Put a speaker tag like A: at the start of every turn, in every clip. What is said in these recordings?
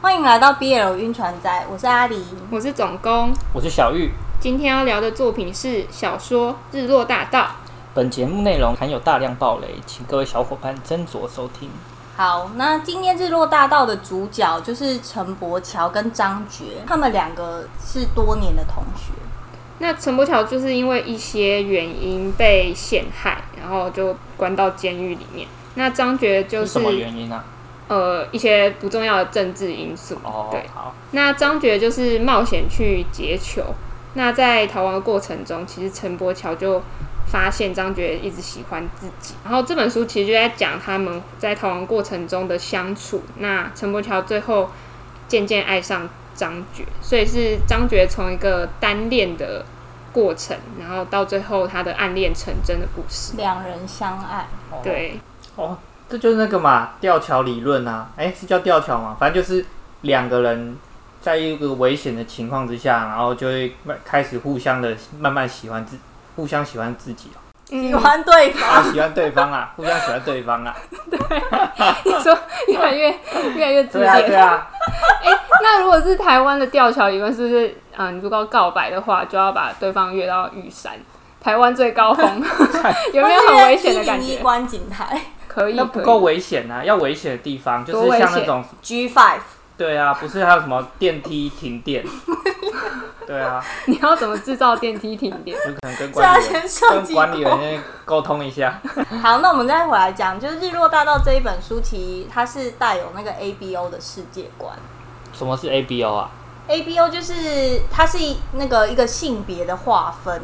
A: 欢迎来到 BL 晕船仔，我是阿狸。
B: 我是总工，
C: 我是小玉。
B: 今天要聊的作品是小说《日落大道》。
C: 本节目内容含有大量暴雷，请各位小伙伴斟酌收听。
A: 好，那今天日落大道的主角就是陈柏乔跟张觉，他们两个是多年的同学。
B: 那陈柏桥就是因为一些原因被陷害，然后就关到监狱里面。那张觉就是是
C: 什么原因啊？
B: 呃一些不重要的政治因素。
C: 哦
B: 对，，
C: 好，
B: 那张觉就是冒险去劫囚。那在逃亡的过程中，其实陈柏桥就发现张觉一直喜欢自己。然后这本书其实就在讲他们在逃亡过程中的相处。那陈柏桥最后渐渐爱上张觉，所以是张觉从一个单恋的过程，然后到最后他的暗恋成真的故事。
A: 两人相爱，
C: 哦，
B: 对，
D: 哦，这就是那个嘛，吊桥理论啊，哎、是叫吊桥吗？反正就是两个人在一个危险的情况之下，然后就会慢开始互相的慢慢喜欢自，互相喜欢自己、哦，
A: 喜欢对方，
D: 啊，喜欢对方啊，互相喜欢对方啊，
B: 你说越来越越来越自
D: 对啊，对
B: 恋。
D: 啊，
B: 那如果是台湾的吊桥理论，是不是？嗯，如果告白的话，就要把对方约到玉山，台湾最高 峰，有没有很危险的感
A: 一零一
B: 觉？
A: 观景台
B: 可以，
D: 那
B: 可
D: 不
B: 以
D: 够危险啊，要危险的地方就
B: 多
D: 是
B: 危
D: 像
B: 险
D: 那种，
A: G Five，
D: 对啊，不是还有什么电梯停电， 对啊，
B: 你要怎么制造电梯停电？
D: 有可能跟
A: 是要
D: 管理员
A: 先设
D: 跟
A: 计
D: 管理
A: 过
D: 员先沟通一下，
A: 好，那我们再回来讲，就是《日落大道》这一本书，其实它是带有那个 ABO 的世界观。
C: 什么是 ABO 啊？
A: ABO 就是它是一那个一个性别的划分，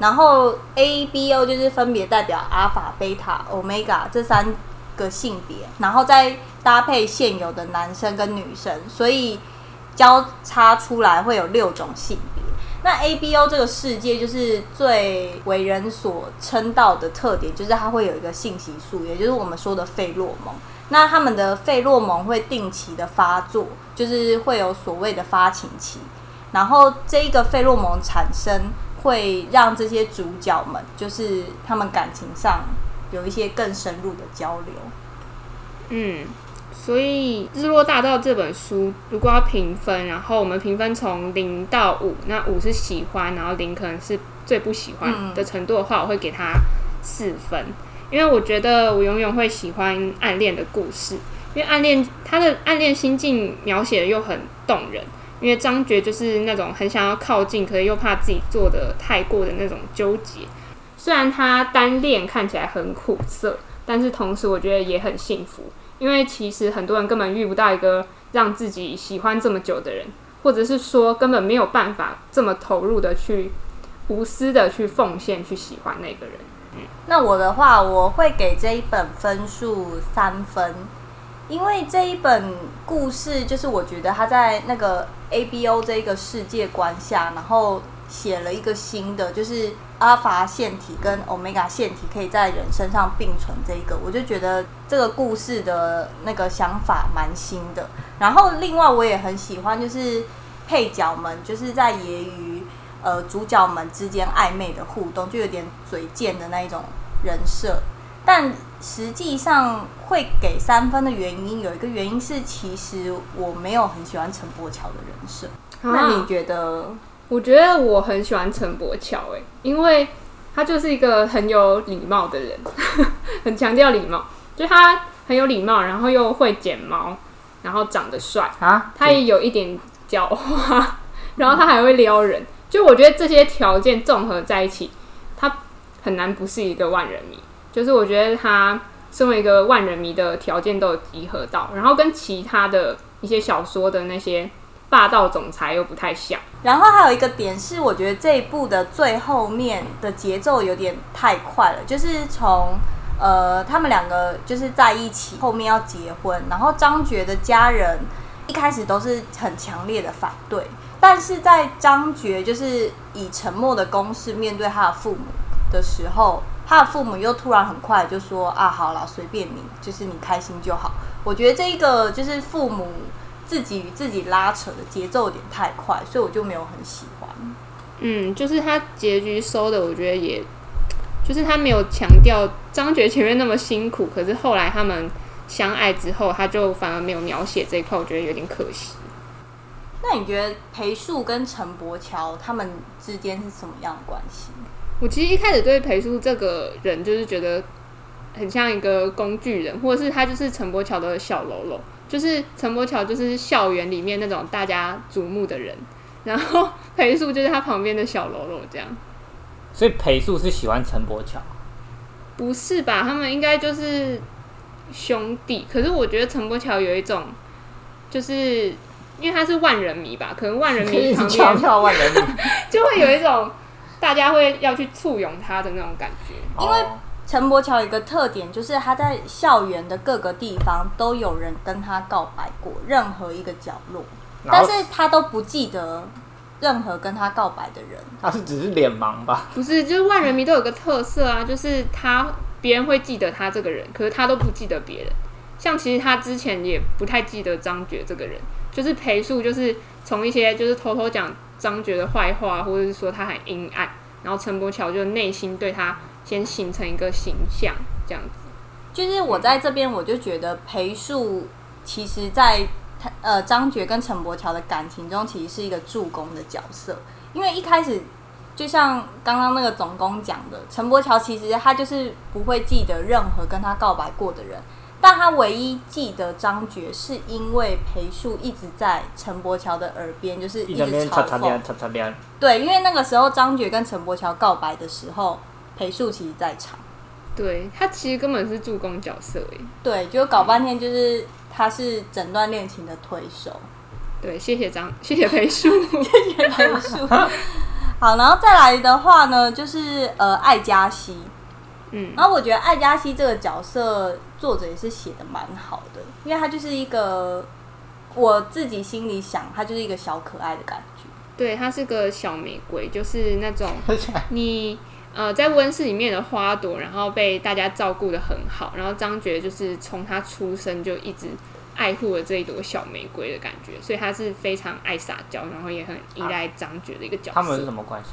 A: 然后 ABO 就是分别代表阿法、贝塔、欧米伽这三个性别，然后再搭配现有的男生跟女生，所以交叉出来会有六种性别。那 ABO 这个世界就是最为人所称道的特点，就是它会有一个性激素，也就是我们说的费洛蒙。那他们的费洛蒙会定期的发作，就是会有所谓的发情期，然后这一个费洛蒙产生会让这些主角们，就是他们感情上有一些更深入的交流。
B: 嗯，所以《日落大道》这本书如果要评分，然后我们评分从零到五，那五是喜欢，然后零可能是最不喜欢的程度的话，我会给它四分，因为我觉得我永远会喜欢暗恋的故事，因为暗恋他的暗恋心境描写的又很动人。因为张觉就是那种很想要靠近，可是又怕自己做的太过的那种纠结。虽然他单恋看起来很苦涩，但是同时我觉得也很幸福，因为其实很多人根本遇不到一个让自己喜欢这么久的人，或者是说根本没有办法这么投入的去无私的去奉献去喜欢那个人。
A: 那我的话，我会给这一本分数三分，因为这一本故事就是我觉得他在那个 ABO 这一个世界观下，然后写了一个新的，就是阿法腺体跟 omega 腺体可以在人身上并存这一个，我就觉得这个故事的那个想法蛮新的。然后另外我也很喜欢，就是配角们就是在揶揄呃主角们之间暧昧的互动，就有点嘴贱的那一种人设。但实际上会给三分的原因，有一个原因是，其实我没有很喜欢陈柏桥的人设。
B: 啊
A: 那你觉得？
B: 我觉得我很喜欢陈柏乔诶，因为他就是一个很有礼貌的人， 很强调礼貌，就他很有礼貌，然后又会剪毛，然后长得帅，
D: 啊，
B: 他也有一点狡猾， 然后他还会撩人。就我觉得这些条件综合在一起，他很难不是一个万人迷。就是我觉得他身为一个万人迷的条件都有集合到，然后跟其他的一些小说的那些霸道总裁又不太像。
A: 然后还有一个点是，我觉得这一部的最后面的节奏有点太快了，就是从呃他们两个就是在一起，后面要结婚，然后张觉的家人一开始都是很强烈的反对，但是在张觉就是以沉默的攻势面对他的父母的时候，他的父母又突然很快就说啊，好了，随便你，就是你开心就好。我觉得这一个就是父母自己与自己拉扯的节奏有点太快，所以我就没有很喜欢。
B: 嗯，就是他结局收的，我觉得也，就是他没有强调张觉前面那么辛苦，可是后来他们相爱之后，他就反而没有描写这一块，我觉得有点可惜。
A: 那你觉得裴树跟陈柏乔他们之间是什么样的关系？
B: 我其实一开始对裴叔这个人就是觉得很像一个工具人，或者是他就是陈柏桥的小喽啰，就是陈柏桥就是校园里面那种大家瞩目的人，然后裴叔就是他旁边的小喽啰这样。
C: 所以裴树是喜欢陈柏乔，
B: 不是吧？他们应该就是兄弟。可是我觉得陈柏桥有一种，就是因为他是万人迷吧，可能万人
D: 可以
B: 迷
D: 一
B: 旁
D: 直强
B: 边
D: 调万人迷，
B: 就会有一种大家会要去簇拥他的那种感觉。
A: 因为
D: 哦
A: 陈柏乔有一个特点，就是他在校园的各个地方都有人跟他告白过，任何一个角落，
D: 然
A: 但
D: 后
A: 是他都不记得任何跟他告白的人。
D: 他是只是脸盲吧？
B: 不是，就是万人迷都有个特色啊，就是他别人会记得他这个人，可是他都不记得别人。像其实他之前也不太记得张觉这个人，就是裴树，就是从一些就是偷偷讲张觉的坏话，或者是说他很阴暗，然后陈柏乔就内心对他先形成一个形象这样子。
A: 就是我在这边，我就觉得裴树其实在他呃张觉跟陈柏乔的感情中，其实是一个助攻的角色，因为一开始。就像刚刚那个总工讲的，陈柏乔其实他就是不会记得任何跟他告白过的人，但他唯一记得张觉，是因为裴树一直在陈柏乔的耳边，就是
C: 一
A: 一
C: 直在那
A: 直
C: 边擦
A: 嘲
C: 擦
A: 讽
C: 亮。擦擦亮，
A: 对，因为那个时候张觉跟陈柏乔告白的时候，裴树其实在场。
B: 对他其实根本是助攻角色欸诶。
A: 对，就搞半天就是他是整段恋情的推手，
B: 对，谢谢张，谢谢裴 树。
A: 裴树。好，然后再来的话呢，就是呃艾嘉熙，
B: 嗯，
A: 然后我觉得艾嘉熙这个角色作者也是写的蛮好的，因为他就是一个我自己心里想，他就是一个小可爱的感觉。
B: 对，他是个小玫瑰，就是那种你呃在温室里面的花朵，然后被大家照顾的很好，然后张觉就是从他出生就一直爱护了这一朵小玫瑰的感觉，所以他是非常爱撒娇，然后也很依赖张觉的一个角色。
C: 啊他们是什么关系？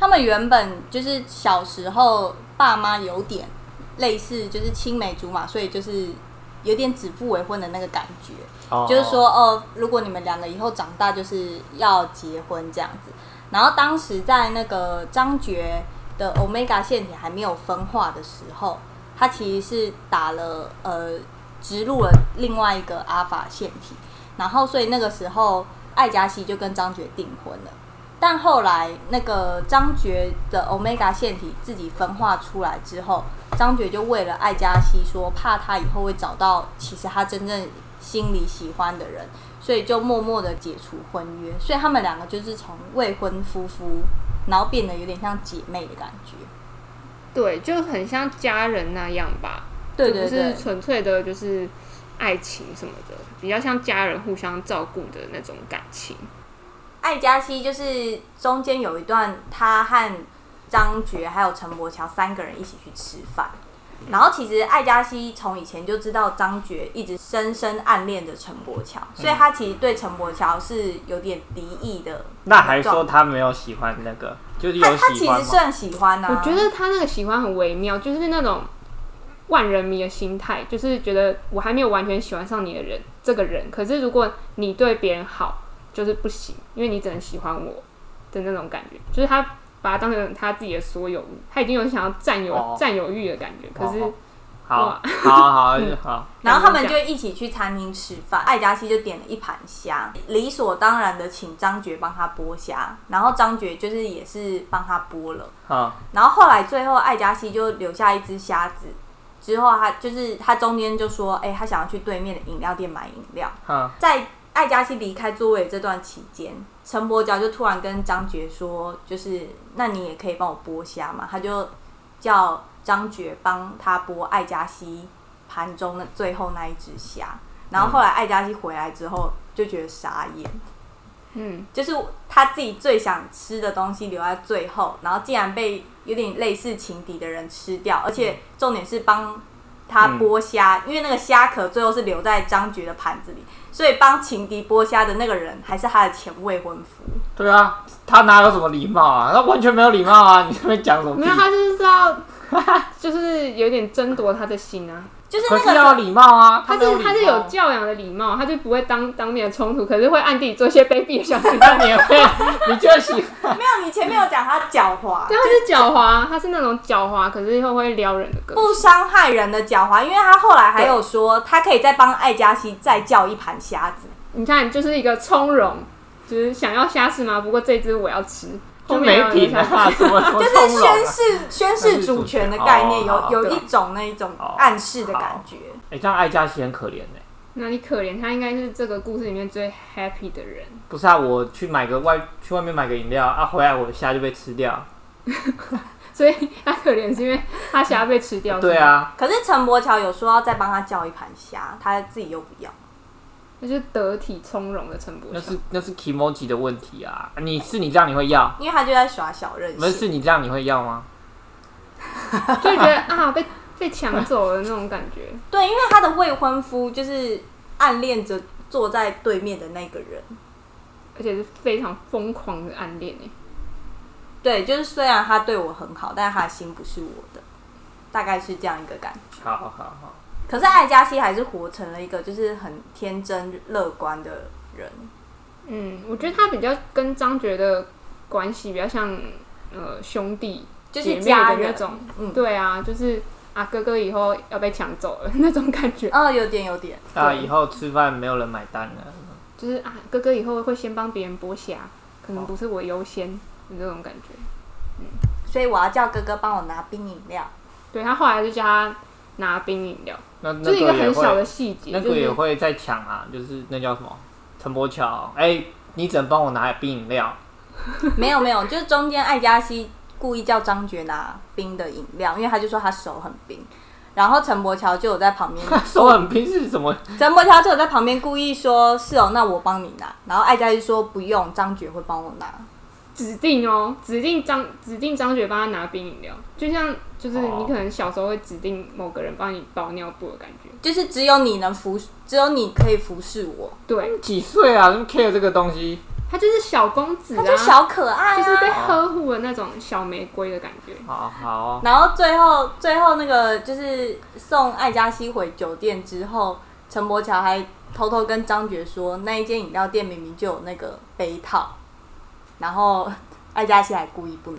A: 他们原本就是小时候爸妈有点类似，就是青梅竹马，所以就是有点指腹为婚的那个感觉。
D: 哦
A: 就是说哦，如果你们两个以后长大就是要结婚这样子。然后当时在那个张觉的 Omega 线体还没有分化的时候，他其实是打了呃植入了另外一个阿法线体，然后所以那个时候艾嘉熙就跟张觉订婚了。但后来那个张觉的 Omega 线体自己分化出来之后，张觉就为了艾嘉熙说，怕他以后会找到其实他真正心里喜欢的人，所以就默默的解除婚约。所以他们两个就是从未婚夫妇，然后变得有点像姐妹的感觉。
B: 对，就很像家人那样吧，
A: 对
B: 就
A: 对
B: 不
A: 对
B: 是，纯粹的就是爱情什么的，比较像家人互相照顾的那种感情。
A: 艾嘉熙就是中间有一段，他和张觉还有陈柏乔三个人一起去吃饭。然后其实艾嘉熙从以前就知道张觉一直深深暗恋着陈柏乔，所以他其实对陈柏乔是有点敌意的。
D: 那还说他没有喜欢那个，就是
A: 他
D: 有
A: 他
D: 喜
A: 其
D: 欢
A: 实
D: 吗？
A: 算喜欢啊呐、
B: 我觉得他那个喜欢很微妙，就是那种万人迷的心态，就是觉得我还没有完全喜欢上你的人，这个人。可是如果你对别人好，就是不行，因为你只能喜欢我的那种感觉，就是他把它当成他自己的所有物，他已经有想要占有
D: 哦
B: 占、有欲的感觉。可是
D: 哦好，好，好，好，
A: 然后他们就一起去餐厅吃饭，艾嘉熙就点了一盘虾，理所当然的请张觉帮他剥虾，然后张觉就是也是帮他剥了。
D: 好，
A: 然后后来最后艾嘉熙就留下一只虾子，之后他就是他中间就说，哎、他想要去对面的饮料店买饮料。
D: 好，
A: 在艾嘉熙离开座位这段期间，陈伯角就突然跟张觉说，就是那你也可以帮我剥虾嘛，他就叫张觉帮他剥艾嘉熙盘中的最后那一只虾。然后后来艾嘉熙回来之后就觉得傻眼，
B: 嗯，
A: 就是他自己最想吃的东西留在最后，然后竟然被有点类似情敌的人吃掉，而
D: 嗯
A: 且重点是帮他剥虾，因为那个虾壳最后是留在张觉的盘子里，所以帮情敌剥虾的那个人还是他的前未婚夫。
D: 对啊，他哪有什么礼貌啊？他完全没有礼貌啊！你这边讲什么屁？
B: 没有，他就是知道，就是有点争夺他的心啊。
A: 就就是
D: 可
A: 那
D: 是
A: 个
D: 要有礼貌啊，
B: 他
D: 没有
B: 是
D: 礼
B: 他是
D: 貌
B: 有教养的礼貌，他就不会当当面冲突，可是会暗地里做一些卑鄙的小事。
D: 那你也会，你就喜欢
A: 没有，你前面有讲他狡猾，
B: 对，他是狡猾，他是那种狡猾，可是又会撩人的歌。
A: 不伤害人的狡猾，因为他后来还有说，他可以再帮艾嘉熙再叫一盘虾子。
B: 你看，就是一个从容，就是想要虾吃吗？不过这只我要吃，
D: 就
B: 后面
D: 没
B: 要
D: 品啊，什么什 么
A: 就
D: 通
A: 是
D: 融啊
A: 宣誓宣誓主权的概念，
D: 哦
A: 有有
B: 对
A: 一种那一种暗示的感觉。
D: 哎、这样艾嘉琪很可怜呢、
B: 那你可怜他，应该是这个故事里面最 happy 的人。
D: 不是啊，我去买个外去外面买个饮料啊，回来我的虾就被吃掉。
B: 所以他可怜是因为他想要被吃掉。
D: 对，啊，
A: 可是陈柏乔有说要再帮他叫一盘虾，他自己又不要。
B: 那就是得体从容的陈柏
D: 那
B: 霖。
D: 是那是 k i m o j i 的问题啊。你是你这样你会要？
A: 因为他就在耍小任
D: 不是
A: 性，
D: 是你这样你会要吗？
B: 就觉得啊，被被抢走了那种感觉。
A: 对，因为他的未婚夫就是暗恋着坐在对面的那个人，
B: 而且是非常疯狂的暗恋哎，
A: 对，就是虽然他对我很好，但是他的心不是我的，大概是这样一个感觉。
D: 好好好，
A: 可是艾嘉熙还是活成了一个就是很天真乐观的人，
B: 嗯，我觉得他比较跟张觉的关系比较像呃兄弟
A: 就是
B: 姐妹
A: 家
B: 的
A: 人
B: 那种，
A: 嗯
B: 对啊，就是啊哥哥以后要被抢走了那种 感觉，
A: 哦，有点有点，
D: 那啊以后吃饭没有人买单了，
B: 就是啊哥哥以后会先帮别人剥虾，可能不是我优先的那种感觉。
A: 所以我要叫哥哥帮我拿冰饮料。
B: 对他后来就叫他拿冰饮料，
D: 那那
B: 就是一个
D: 个也
B: 很小
D: 会
B: 的细节，
D: 那
B: 就
D: 个
B: 是
D: 也会再抢啊，就是那叫什么陈柏桥，哎、你只能帮我拿冰饮料，
A: 没有没有，就是中间艾嘉熙故意叫张觉拿冰的饮料，因为他就说他手很冰。然后陈柏乔就有在旁边，
D: 手很冰是什么？
A: 陈柏乔就有在旁边故意说：“是哦，那我帮你拿。”然后艾嘉熙说：“不用，张觉会帮我拿。
B: 指定哦，指定张指定张觉帮他拿冰饮料，就像就是
D: 哦
B: 你可能小时候会指定某个人帮你包尿布的感觉。”
A: 就是只有你能服，只有你可以服侍我。
B: 对，
D: 几岁啊？那么 care 这个东西？
B: 他就是小公子
A: 他
B: 啊，
A: 就小可爱、啊，
B: 就是被呵护的那种小玫瑰的感觉。
D: 好好哦、
A: 然后最后最后那个就是送艾嘉熙回酒店之后，陈柏乔还偷偷跟张觉说，那一间饮料店明明就有那个杯套，然后艾嘉熙还故意不拿。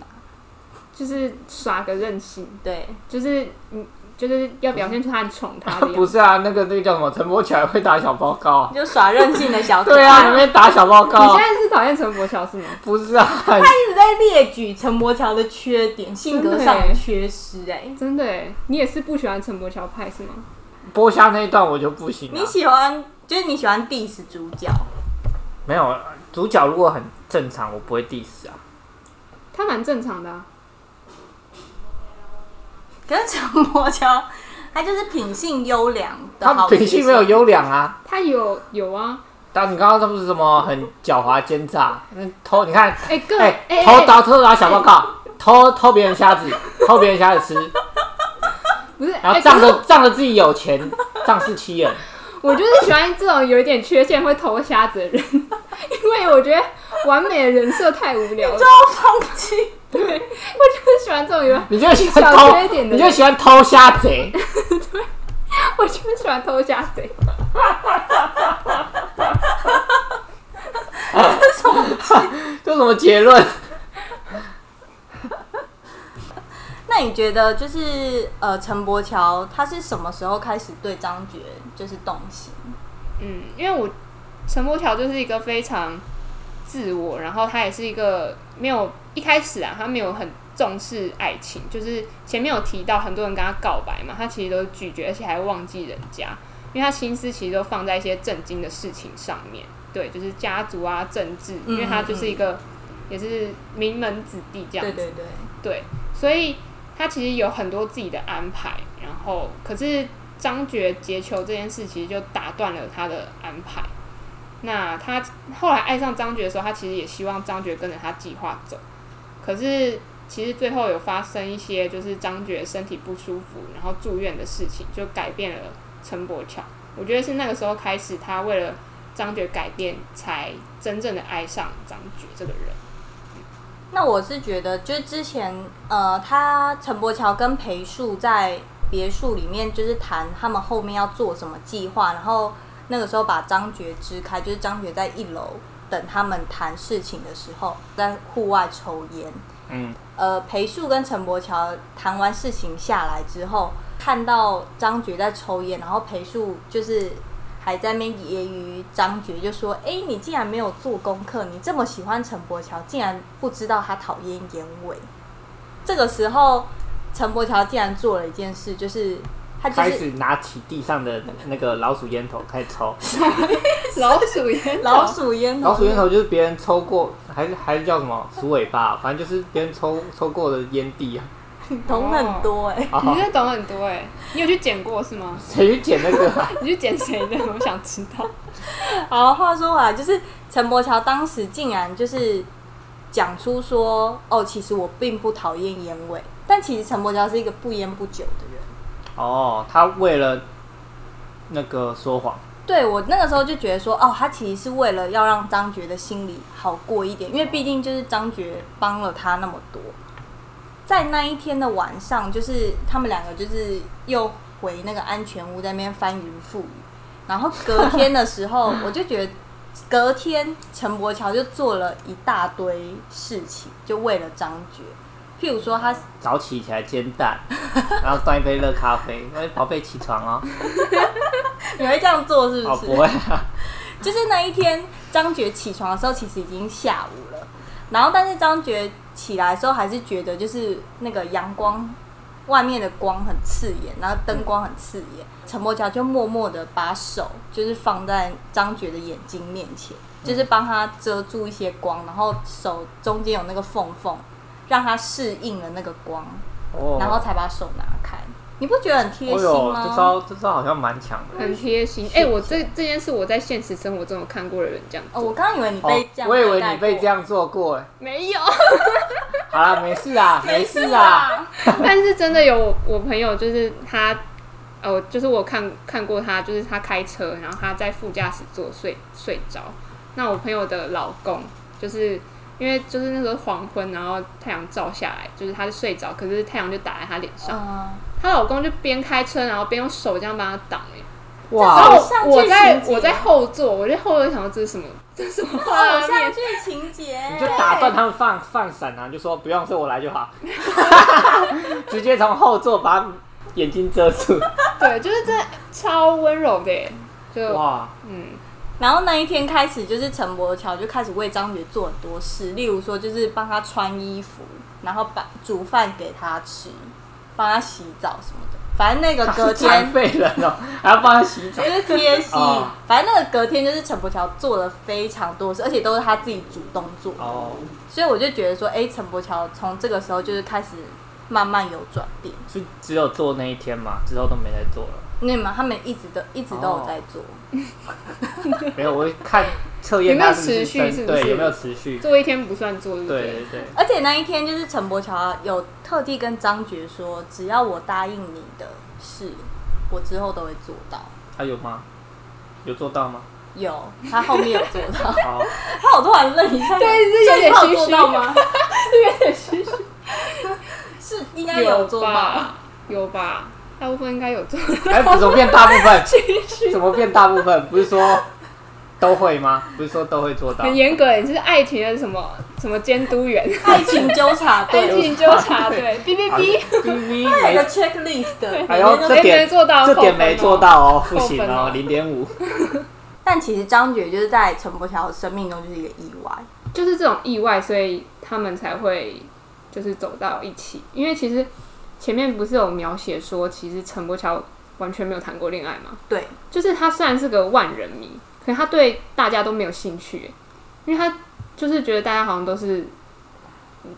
B: 就是耍个任性，
A: 对，
B: 就是嗯，就是要表现出他很宠他的样
D: 不
B: 子。
D: 是啊，那个那个叫什么？陈柏桥会打小报告 啊、
A: 就耍任性的 小
D: 对啊，你们打小报
B: 你
D: 告
B: 现。在是讨厌陈柏乔是吗？
D: 不是啊，
A: 一直在列举陈柏乔的缺点，性格上的缺失、哎，
B: 真的哎，你也是不喜欢陈柏乔派是吗？
D: 剥虾那一段我就不行啊了、
A: 你喜欢就是你喜欢 diss 主角，
D: 没有主角如果很正常，我不会 diss 啊。
B: 他蛮正常的、啊，
A: 可是陈柏乔他就是品性优良的
D: 他
A: 好学生，
D: 品性没有优良啊。
B: 他有有啊，
D: 但你刚刚他不是什么很狡猾奸诈，那偷你看，
B: 哎、个哎
D: 哎、
B: 哎
D: 偷
B: 哎
D: 打偷打小报告，偷偷别人 虾子，偷别人虾子吃，
B: 不是
D: 然后
B: 哎，
D: 仗
B: 可是
D: 着仗着自己有钱，仗势欺人。
B: 我就是喜欢这种有一点缺陷会偷瞎子的人， 因为我觉得完美的人设太无聊了
A: 就。要放弃。
B: 对，我就是喜欢这种有，
D: 你就喜欢
B: 小
D: 偷
B: 缺点，的
D: 你就
B: 人
D: 喜欢偷虾 贼。
B: 我就是喜欢偷瞎子。
D: 这什么结论？
A: 那你觉得就是呃，陈柏乔他是什么时候开始对张觉就是动心？
B: 嗯，因为我陈柏乔就是一个非常自我，然后他也是一个没有一开始啊，他没有很重视爱情，就是前面有提到很多人跟他告白嘛，他其实都拒绝，而且还忘记人家，因为他心思其实都放在一些震惊的事情上面，对，就是家族啊、政治，因为他就是一个、也是名门子弟这样
A: 对
B: 子，
A: 对对，
B: 对，所以他其实有很多自己的安排，然后可是张觉劫囚这件事其实就打断了他的安排。那他后来爱上张觉的时候，他其实也希望张觉跟着他计划走，可是其实最后有发生一些就是张觉身体不舒服，然后住院的事情，就改变了陈柏乔。我觉得是那个时候开始，他为了张觉改变，才真正的爱上张觉这个人。
A: 那我是觉得，就是之前呃，他陈柏乔跟裴树在别墅里面，就是谈他们后面要做什么计划，然后那个时候把张觉支开，就是张觉在一楼等他们谈事情的时候，在户外抽烟。
C: 嗯，
A: 呃，裴树跟陈柏乔谈完事情下来之后，看到张觉在抽烟，然后裴树就是还在那边揶揄张觉，就说：“哎，你竟然没有做功课，你这么喜欢陈柏乔，竟然不知道他讨厌烟味。”这个时候，陈柏乔竟然做了一件事，就是他就
D: 开
A: 是
D: 始拿起地上的那个老鼠烟头开始 抽，
B: 老鼠烟
A: 老鼠烟头，
D: 老鼠烟头就是别人抽过，还是还是叫什么鼠尾巴，反正就是别人抽抽过的烟蒂啊。
A: 懂很多哎、
B: 你
D: 啊，
B: 真的懂很多哎、你有去捡过是吗？
D: 谁去捡那个啊、
B: 你去捡谁的？我想知道。
A: 好，话说回来，就是陈柏乔当时竟然就是讲出说，哦，其实我并不讨厌烟味，但其实陈柏乔是一个不烟不酒的人。
D: 哦，他为了那个说谎，
A: 对我那个时候就觉得说，哦，他其实是为了要让张觉的心里好过一点，因为毕竟就是张觉帮了他那么多。在那一天的晚上，就是他们两个就是又回那个安全屋在那边翻云覆雨，然后隔天的时候，我就觉得隔天陈柏乔就做了一大堆事情，就为了张觉，譬如说他
D: 早起起来煎 蛋，然后端一杯热咖啡，哎，宝贝起床哦，
A: 你会这样做是不
D: 哦
A: 是？
D: 不会啊，
A: 就是那一天，张觉起床的时候，其实已经下午了。然后，但是张觉起来的时候，还是觉得就是那个阳光外面的光很刺眼，然后灯光很刺眼。陈柏乔就默默的把手就是放在张觉的眼睛面前，就是帮他遮住一些光，然后手中间有那个缝缝，让他适应了那个光，
D: 哦，
A: 然后才把手拿开。你不觉得很贴
D: 哦
A: 心
D: 哟，
A: 吗？
D: 这招这招好像蛮强 的。
B: 很贴心。哎、我这这件事我在现实生活中有看过有人这样
A: 哦，
B: 做，
A: 我刚刚以为你被这样、
D: 哦我以为你被这。样做过 哎。
B: 没有，
D: 好啦，没事啊，没事啊。
B: 但是真的有我我朋友，就是他，哦，就是我看看过他，就是他开车，然后他在副驾驶座睡睡着。那我朋友的老公，就是因为就是那时候黄昏，然后太阳照下来，就是他就睡着，可是太阳就打在他脸上。
A: 嗯，
B: 她、老公就边开车，然后边用手这样帮他挡、欸，
A: 这种
D: 哇
B: 然
A: 偶
B: 后
A: 像剧
B: 我在
A: 情节
B: 我在后座，我在后座想到这是什么？这是什么画
A: 偶像
B: 面？
A: 剧情节，
D: 你就打断他们放放闪啊，你就说不用，是我来 就好，直接从后座把眼睛遮 住。
B: 对，就是这超温柔的耶，就
D: 哇，
B: 嗯，
A: 然后那一天开始，就是陈柏乔就开始为张觉做很多事，例如说就是帮他穿衣服，然后把煮饭给他吃，帮他洗澡什么的。反正那个隔天
D: 残废人哦，还要帮他洗澡
A: 就。是贴心
D: 哦，
A: 反正那个隔天就是陈柏乔做了非常多事，而且都是他自己主动做的。
D: 哦，
A: 所以我就觉得说，哎，陈柏乔从这个时候就是开始慢慢有转变。
D: 是只有做那一天嘛，之后都没再做了。
A: 你们他们一直都一直都
D: 哦
A: 有在做，
D: 没有，我会看测验他是不
B: 有没有持续
D: 真
B: 是不是
D: 对有没有持续。
B: 做一天不算做，对不
D: 对
B: 对
D: 对？对，
A: 而且那一天就是陈柏乔有特地跟张觉说，只要我答应你的事，我之后都会做到。
D: 他有吗？有做到 吗？
A: 有，他后面有做到。
D: 好，
A: 他好突然愣一下，
B: 对是有点
A: 所以他
B: 心
A: 做
B: 虚
A: 到吗？ 是应该有做到。
B: 吧？有吧？大部分应该有做。
D: 哎，怎么变大部 分？怎么变大部分？不是说都会吗？不是说都会做到？
B: 很严格，你是爱情的什么什么监督员？
A: 爱情纠察
B: 爱
A: 队，
B: 情纠察队 B B
D: 好
B: B，
D: 哔 哔
A: 他有一个
D: 没，
A: checklist 的，
D: 哎呦，
A: 里面
D: 这
A: 都
B: 没
D: 点
B: 做到
D: 这点没做到哦， 不行
B: 扣分
D: 哦
B: 哦，
D: 零点五。
A: 但其实张觉就是在陈柏乔生命中就是一个意外。
B: 就是这种意外，所以他们才会就是走到一起。因为其实前面不是有描写说，其实陈柏乔完全没有谈过恋爱嘛，
A: 对，
B: 就是他虽然是个万人迷，可他对大家都没有兴趣，因为他就是觉得大家好像都是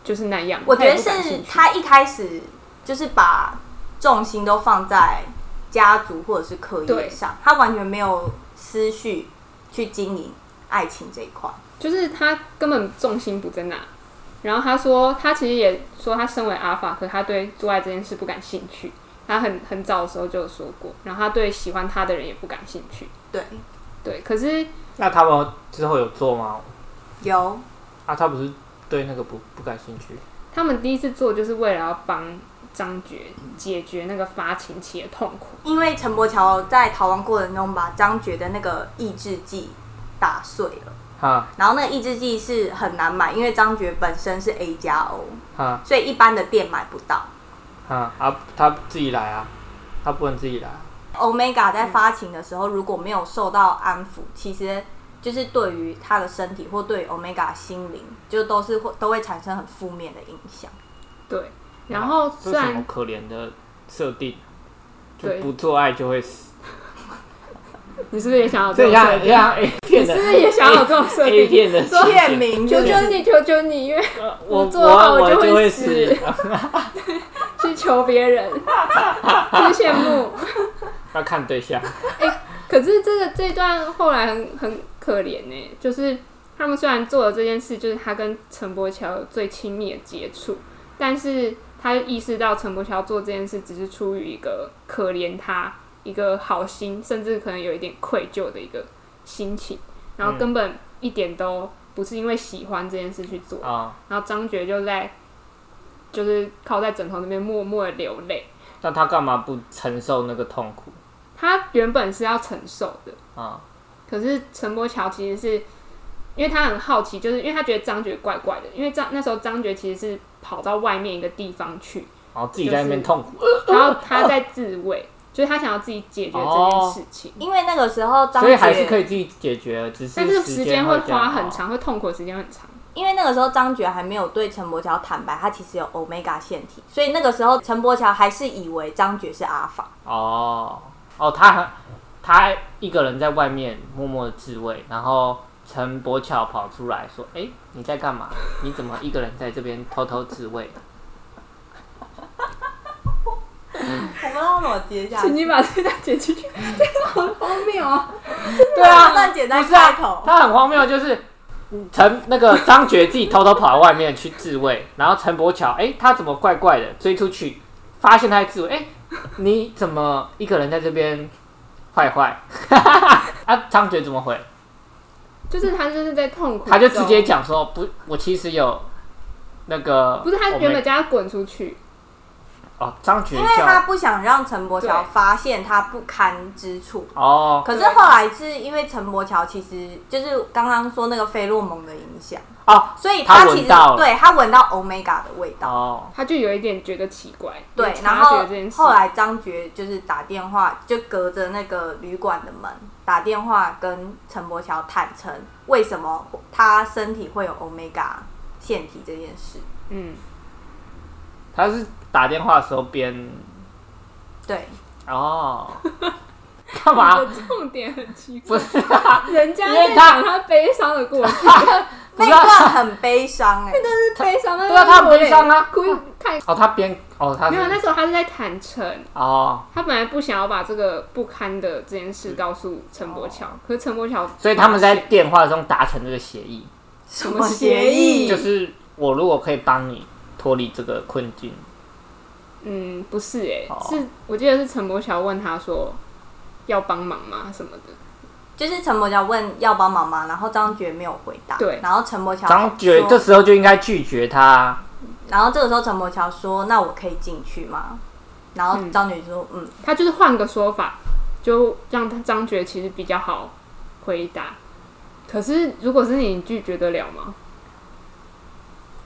B: 就是那样。
A: 我觉得
B: 也不感
A: 是
B: 兴趣
A: 他一开始就是把重心都放在家族或者是课业
B: 对
A: 上，他完全没有思绪去经营爱情这一块。
B: 就是他根本重心不在那。然后他说，他其实也说他身为阿法，可他对做爱这件事不感兴趣。他很很早的时候就有说过，然后他对喜欢他的人也不感兴趣。
A: 对，
B: 对，可是
D: 那他们之后有做吗？
A: 有
D: 啊，他不是对那个不不感兴趣
B: 他们第一次做就是为了要帮张觉解决那个发情期的痛苦。
A: 因为陈柏乔在逃亡过程中把张觉的那个抑制剂打碎了，
D: 哈
A: 然后那个抑制剂是很难买，因为张觉本身是 A 加 O，
D: 哈
A: 所以一般的店买不到。
D: 哈啊，他自己来啊，他不能自己来啊、
A: Omega 在发情的时候，如果没有受到安抚，其实就是对于他的身体或对于 Omega 心灵，就都是会都会产生很负面的影响。
B: 对，然后
D: 这
B: 虽
D: 是什
B: 然
D: 么可怜的设定？就
B: 对
D: 不做爱就会死，
B: 你是不是也想要
D: 这
B: 种设
D: 样这
B: 定？
D: 样 A
B: 你
D: 片
B: 是
D: 的
B: 不是也想要有这种设
D: A
B: 定？
D: 片的
B: 说
D: 情
A: 片
D: 节
A: 名
B: 求
A: 就
B: 求
A: 是
B: 你，求求你，因为
D: 呃我
B: 不做爱
D: 我
B: 我就
D: 就
B: 会
D: 会
B: 死
D: 死。
B: 去求别人， 去羡慕。
D: 要看对象，
B: 可是这个这段后来很很可怜呢、就是他们虽然做了这件事，就是他跟陈柏乔有最亲密的接触，但是他意识到陈柏乔做这件事只是出于一个可怜他、一个好心，甚至可能有一点愧疚的一个心情，然后根本一点都不是因为喜欢这件事去做。
D: 啊、
B: 然后张觉就在就是靠在枕头那边默默的流泪，
D: 那他干嘛不承受那个痛苦
B: 他原本是要承受的。
D: 啊、
B: 可是陈柏乔其实是，因为他很好奇，就是因为他觉得张觉怪怪的，因为张那时候张觉其实是跑到外面一个地方 去，
D: 然后自己在那边痛苦，
B: 然后他在自卫，就是他想要自己解决这件事情，
A: 因为那个时候张
D: 所以还是可
A: 觉，
D: 以自己解决，只是
B: 但是时
D: 时
B: 间
D: 间
B: 会
D: 这样
B: 花很
D: 哦。
B: 长，会痛苦的时间会很长。
A: 因为那个时候张觉还没有对陈柏乔坦白，他其实有 Omega 腺体，所以那个时候陈柏乔还是以为张觉是阿法。
D: 哦哦，他很他一个人在外面默默的自慰，然后陈柏巧跑出来说：“哎、你在干嘛？你怎么一个人在这边偷偷自慰
A: 我不知道怎么接下
B: 请你把这段剪进去，这好荒谬啊！
A: 对啊，但简单
D: 不是
A: 开
D: 啊
A: 头？”。
D: 他很荒谬，就是陈那个张觉自己偷偷跑到外面去自 慰，然后陈柏巧哎、他怎么怪怪的追出去，发现他在自慰，哎、你怎么一个人在这边坏坏？ 啊，张觉怎么回？
B: 就是他就是在痛苦中，
D: 他就直接讲说：“不，我其实有。”那个
B: 不是他
D: 我
B: 原
D: 没
B: 本叫他滚出去，
D: 哦，张觉
A: 因为他
D: 教
A: 不想让陈柏乔
B: 对
A: 发现他不堪之处，
D: 哦
A: 可是后来是因为陈柏乔其实就是刚刚说那个费洛蒙的影响，
D: 哦
A: 所以
D: 他
A: 其
D: 闻
A: 实
D: 到了
A: 对他闻到 omega 的味道。
D: 哦，
B: 他就有一点觉得奇怪，
A: 对
B: 有，察
A: 然后
B: 觉这件事
A: 后来张觉就是打电话，就隔着那个旅馆的门打电话跟陈柏乔坦诚为什么他身体会有 omega 腺体这件事。
B: 嗯，
D: 他是打电话的时候边
A: 对，
D: 哦，干嘛
B: 你？的 重点很奇怪，
D: 不是啊，
B: 人家
D: 因为
B: 在
D: 他
B: 讲他悲伤的过去，
A: 那一
D: 是啊
A: 段很悲伤 哎、
B: 但是悲伤，但
D: 对啊，他很悲伤
B: 啊，
D: 啊。
B: 哭看
D: 哦，他边哦，他
B: 没有，那
D: 是
B: 时候他是在坦诚，
D: 哦，
B: 他本来不想要把这个不堪的这件事告诉陈柏乔，可是陈柏乔，
D: 所以他们在电话中达成这个协议，
A: 什
B: 么协议
A: 就
D: 就是是我如果可以帮你脱离这个困境，
B: 嗯，不是哎、
D: 哦
B: 是我记得是陈柏乔问他说要帮忙吗什么的，
A: 就是陈柏乔问要帮忙吗？然后张觉没有回答。
B: 对
A: 然后陈柏乔
D: 张觉
A: 说
D: 这时候就应该拒绝他啊。
A: 然后这个时候陈柏乔说：“那我可以进去
B: 嗯
A: 吗？”然后张觉说：“嗯。
B: 他就是换个说法，就让他张觉其实比较好回答。可是如果是你，你拒绝得了吗？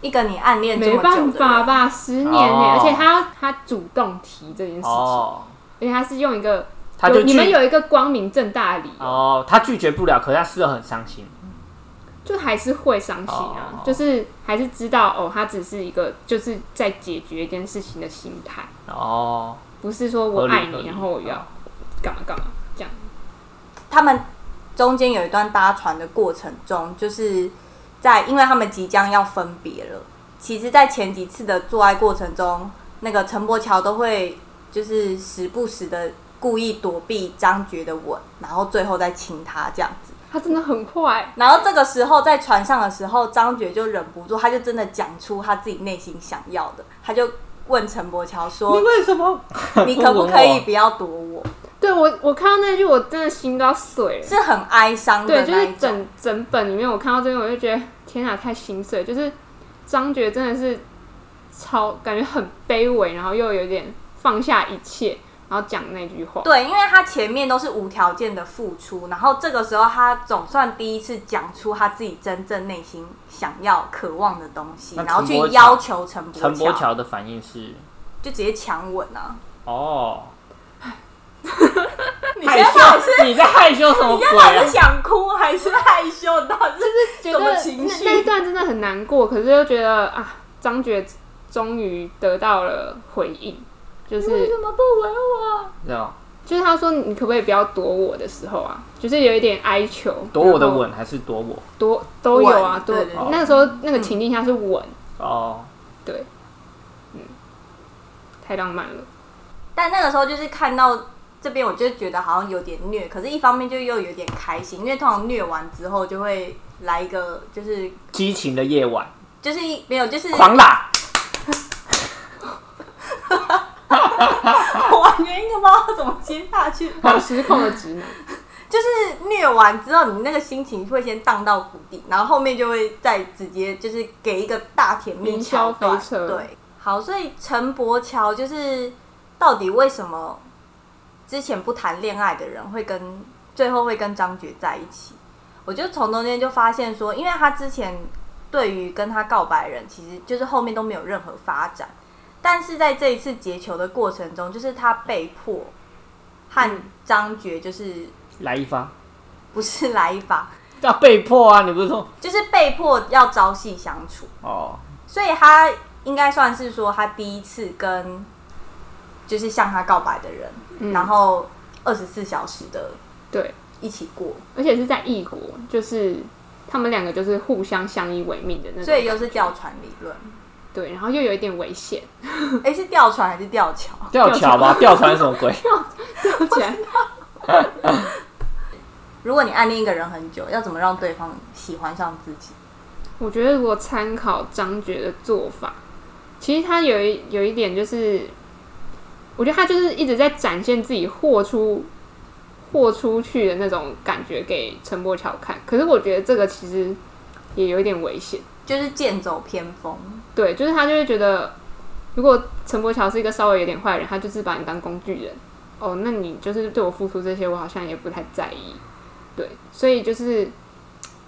A: 一个你暗恋这
B: 没
A: 么久
B: 办
A: 的
B: 法
A: 人，
B: 吧，十年呢、
D: 哦
B: 而且他他主动提这件事情，
D: 哦，
B: 而且他是用一个
D: 他
B: 有
D: 就
B: 你们
D: 拒
B: 有一个光明正大的理由，
D: 哦，他拒绝不了，可是他事后很伤心。
B: 就还是会伤心啊
D: 哦
B: 就是还是知道哦，他只是一个就是在解决一件事情的心态，
D: 哦，
B: 不是说我
D: 合理
B: 爱
D: 合理
B: 你，然后我
D: 哦
B: 要干嘛干嘛这样。
A: 他们中间有一段搭船的过程中，就是在因为他们即将要分别了。其实，在前几次的做爱过程中，那个陈柏乔都会就是时不时的故意躲避张觉的吻，然后最后再亲他这样子。
B: 他真的很坏，
A: 然后这个时候在船上的时候，张觉就忍不住，他就真的讲出他自己内心想要的，他就问陈柏乔
D: 你
A: 说
D: 为什 么：“
A: 你可不可以
D: 吻
A: 不要躲我
B: 对我我看到那句我真的心都要碎？”了。
A: 是很哀伤的
B: 对，就
A: 那
B: 是
A: 一种。
B: 整啊整本里面我看到这边我就觉得天哪，太心碎，就是张觉真的是超感觉很卑微，然后又有点放下一切，然后讲那句话。
A: 对，因为他前面都是无条件的付出，然后这个时候他总算第一次讲出他自己真正内心想要、渴望的东西，
D: 那
A: 然后
D: 陈
A: 去
D: 柏乔
A: 要求陈柏
D: 陈柏
A: 乔，
D: 乔的反应是
A: 就直接强吻啊！
D: 哦，
A: 你
D: 害
A: 现在到底
D: 羞，你在害羞什么
A: 你
D: 鬼
A: 现在到
D: 啊
A: 底是？想哭还是害羞？你到底是什么情
B: 那那一
A: 绪？
B: 段真的很难过，可是又觉得啊，张觉终于得到了回应，就是
A: 么不吻我？
D: 对哦，
B: 就是他说你可不可以不要躲我的时候啊，就是有一点哀求，
D: 躲我的
B: 然后
D: 吻还是躲我？
B: 躲都有啊，
A: 吻
B: 躲
A: 对对嗯
D: 对
B: 那个时候那个情境下是吻，
D: 哦，
B: 对，嗯，太浪漫了，
A: 但那个时候就是看到这边，我就觉得好像有点虐，可是一方面就又有点开心，因为通常虐完之后就会来一个就是
D: 激情的夜晚，
A: 就是一没有就是
D: 狂啦！
A: 我 完全一个不知道怎么接下去，
B: 好失控的直男，
A: 就是虐完之后，你那个心情会先荡到谷底，然后后面就会再直接就是给一个大甜蜜
B: 云
A: 桥
B: 霄
A: 段。
B: 飞车
A: 对，好，所以陈柏乔就是到底为什么之前不谈恋爱的人会跟最后会跟张觉在一起？我就从中间就发现说，因为他之前对于跟他告白的人，其实就是后面都没有任何发展，但是在这一次劫囚的过程中，就是他被迫和张觉就是
D: 来一发，
A: 不是来一把，
D: 要被迫啊！你不是说
A: 就是被迫要朝夕相处，
D: 哦？
A: 所以他应该算是说他第一次跟就是向他告白的人，
B: 嗯
A: 然后二十四小时的
B: 对，
A: 一起过，
B: 嗯而且是在异国，就是他们两个就是互相相依为命的那种，
A: 所以又是吊船理论，
B: 对，然后又有一点 危险，
A: 哎、是吊船还是吊桥？
D: 哦吊桥吧，吊船是什么鬼？
B: 吊起来，
A: 如果你暗恋一个人很久，要怎么让对方喜欢上自己？
B: 我觉得如果参考张觉的做法，其实他有一有一点就是，我觉得他就是一直在展现自己豁出豁出去的那种感觉给陈柏乔看。可是我觉得这个其实也有一点危险，
A: 就是剑走偏锋，
B: 对，就是他就会觉得，如果陈柏乔是一个稍微有点坏的人，他就是把你当工具人。哦，那你就是对我付出这些，我好像也不太在意。对，所以就是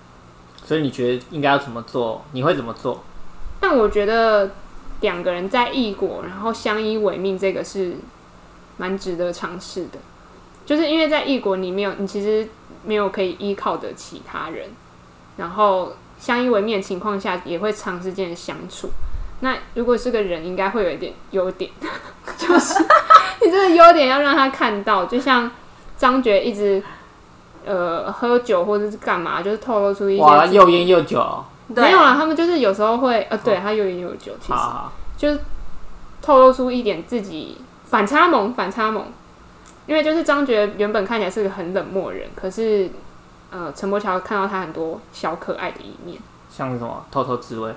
D: 所以你觉得应该要怎么做？你会怎么做？
B: 但我觉得两个人在异国，然后相依为命，这个是蛮值得尝试的。就是因为在异国，你没有，你其实没有可以依靠的其他人，然后相依为命的情况下，也会长时间的相处。那如果是个人，应该会有一点优点， 就是你这个优点要让他看到，就像张觉一直呃喝酒或者是干嘛，就是透露出一些
D: 哇，
B: 自己
D: 又烟又酒，好
A: 对哦
B: 没有啦，他们就是有时候会，呃，对他有饮有酒，其实
D: 好好
B: 就是透露出一点自己反差萌，反差萌。因为就是张觉原本看起来是个很冷漠的人，可是呃，陈柏乔看到他很多小可爱的一面，
D: 像是什么偷偷滋味，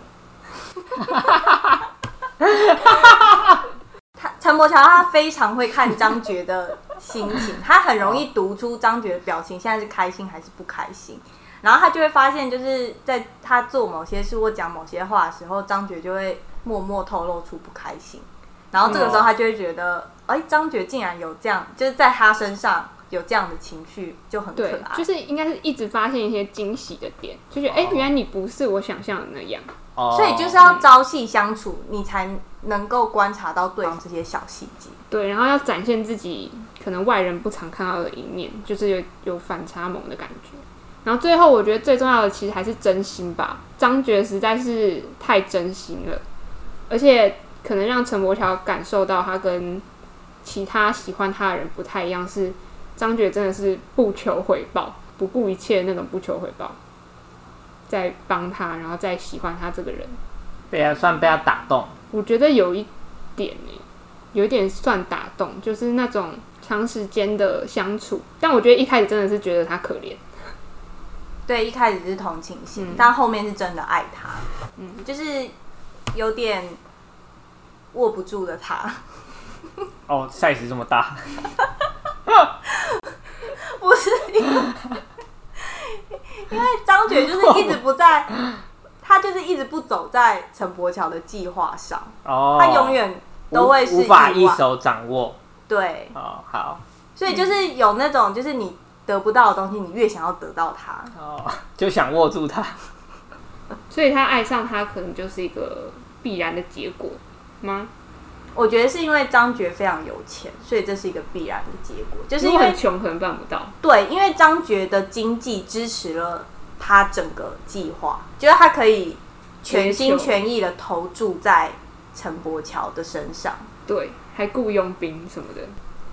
A: 他陈柏乔他非常会看张觉的心情，他很容易读出张觉的表情现在是开心还是不开心，然后他就会发现，就是在他做某些事或讲某些话的时候，张觉就会默默透露出不开心，然后这
B: 哦
A: 个时候他就会觉得，哎、张觉竟然有这样，就是在他身上有这样的情绪，就很可
B: 对，
A: 爱。
B: 就是应该是一直发现一些惊喜的点，就觉得哎、
D: 哦
B: 原来你不是我想象的那样。
D: 哦，
A: 所以就是要朝夕相处，你才能够观察到对方这些小细节。
B: 对，然后要展现自己可能外人不常看到的一面，就是有有反差萌的感觉。然后最后，我觉得最重要的其实还是真心吧。张觉实在是太真心了，而且可能让陈柏乔感受到他跟其他喜欢他的人不太一样，是张觉真的是不求回报、不顾一切那种不求回报，在帮他，然后再喜欢他这个人。
D: 被他算被他打动，
B: 我觉得有一点呢、有一点算打动，就是那种长时间的相处。但我觉得一开始真的是觉得他可怜，
A: 对，一开始是同情
D: 嗯
A: 心，但后面是真的爱他，嗯，就是有点握不住的他，
D: 哦，size 这么大，
A: 不 是因为因为张觉就是一直不在，他就是一直不走在陈柏桥的计划上，
D: 哦，
A: 他永远都会是
D: 无无法
A: 意
D: 一
A: 外。
D: 手掌握。
A: 对，
D: 哦，好，
A: 所以就是有那种，就是你得不到的东西，你越想要得到它。
D: 哦，就想握住它。
B: 所以他爱上他可能就是一个必然的结果吗？
A: 我觉得是因为张觉非常有钱，所以这是一个必然的结果，就是
B: 如
A: 因
B: 果
A: 为
B: 很穷，可能办不到。
A: 对，因为张觉的经济支持了他整个计划，就是他可以全心全意的投注在陈柏桥的身上，
B: 对，还雇佣兵什么的，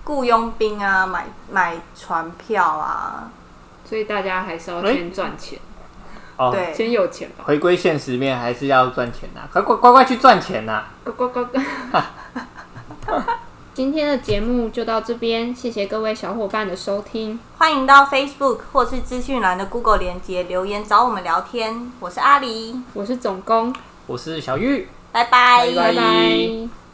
A: 雇佣兵啊，买买船票啊，
B: 所以大家还是要
D: 哎
B: 先赚钱，
D: 哦，，
A: 对，
B: 先有钱吧。
D: 回归现实面还是要赚钱呐、快快快快去赚钱呐、啊
B: 呱呱呱呱！ 今天的节目就到这边，谢谢各位小伙伴的收听，
A: 欢迎到 Facebook 或是资讯栏的 Google 连接留言找我们聊天，我是阿狸，
B: 我是总工，
D: 我是小玉。
A: 拜拜
B: 拜拜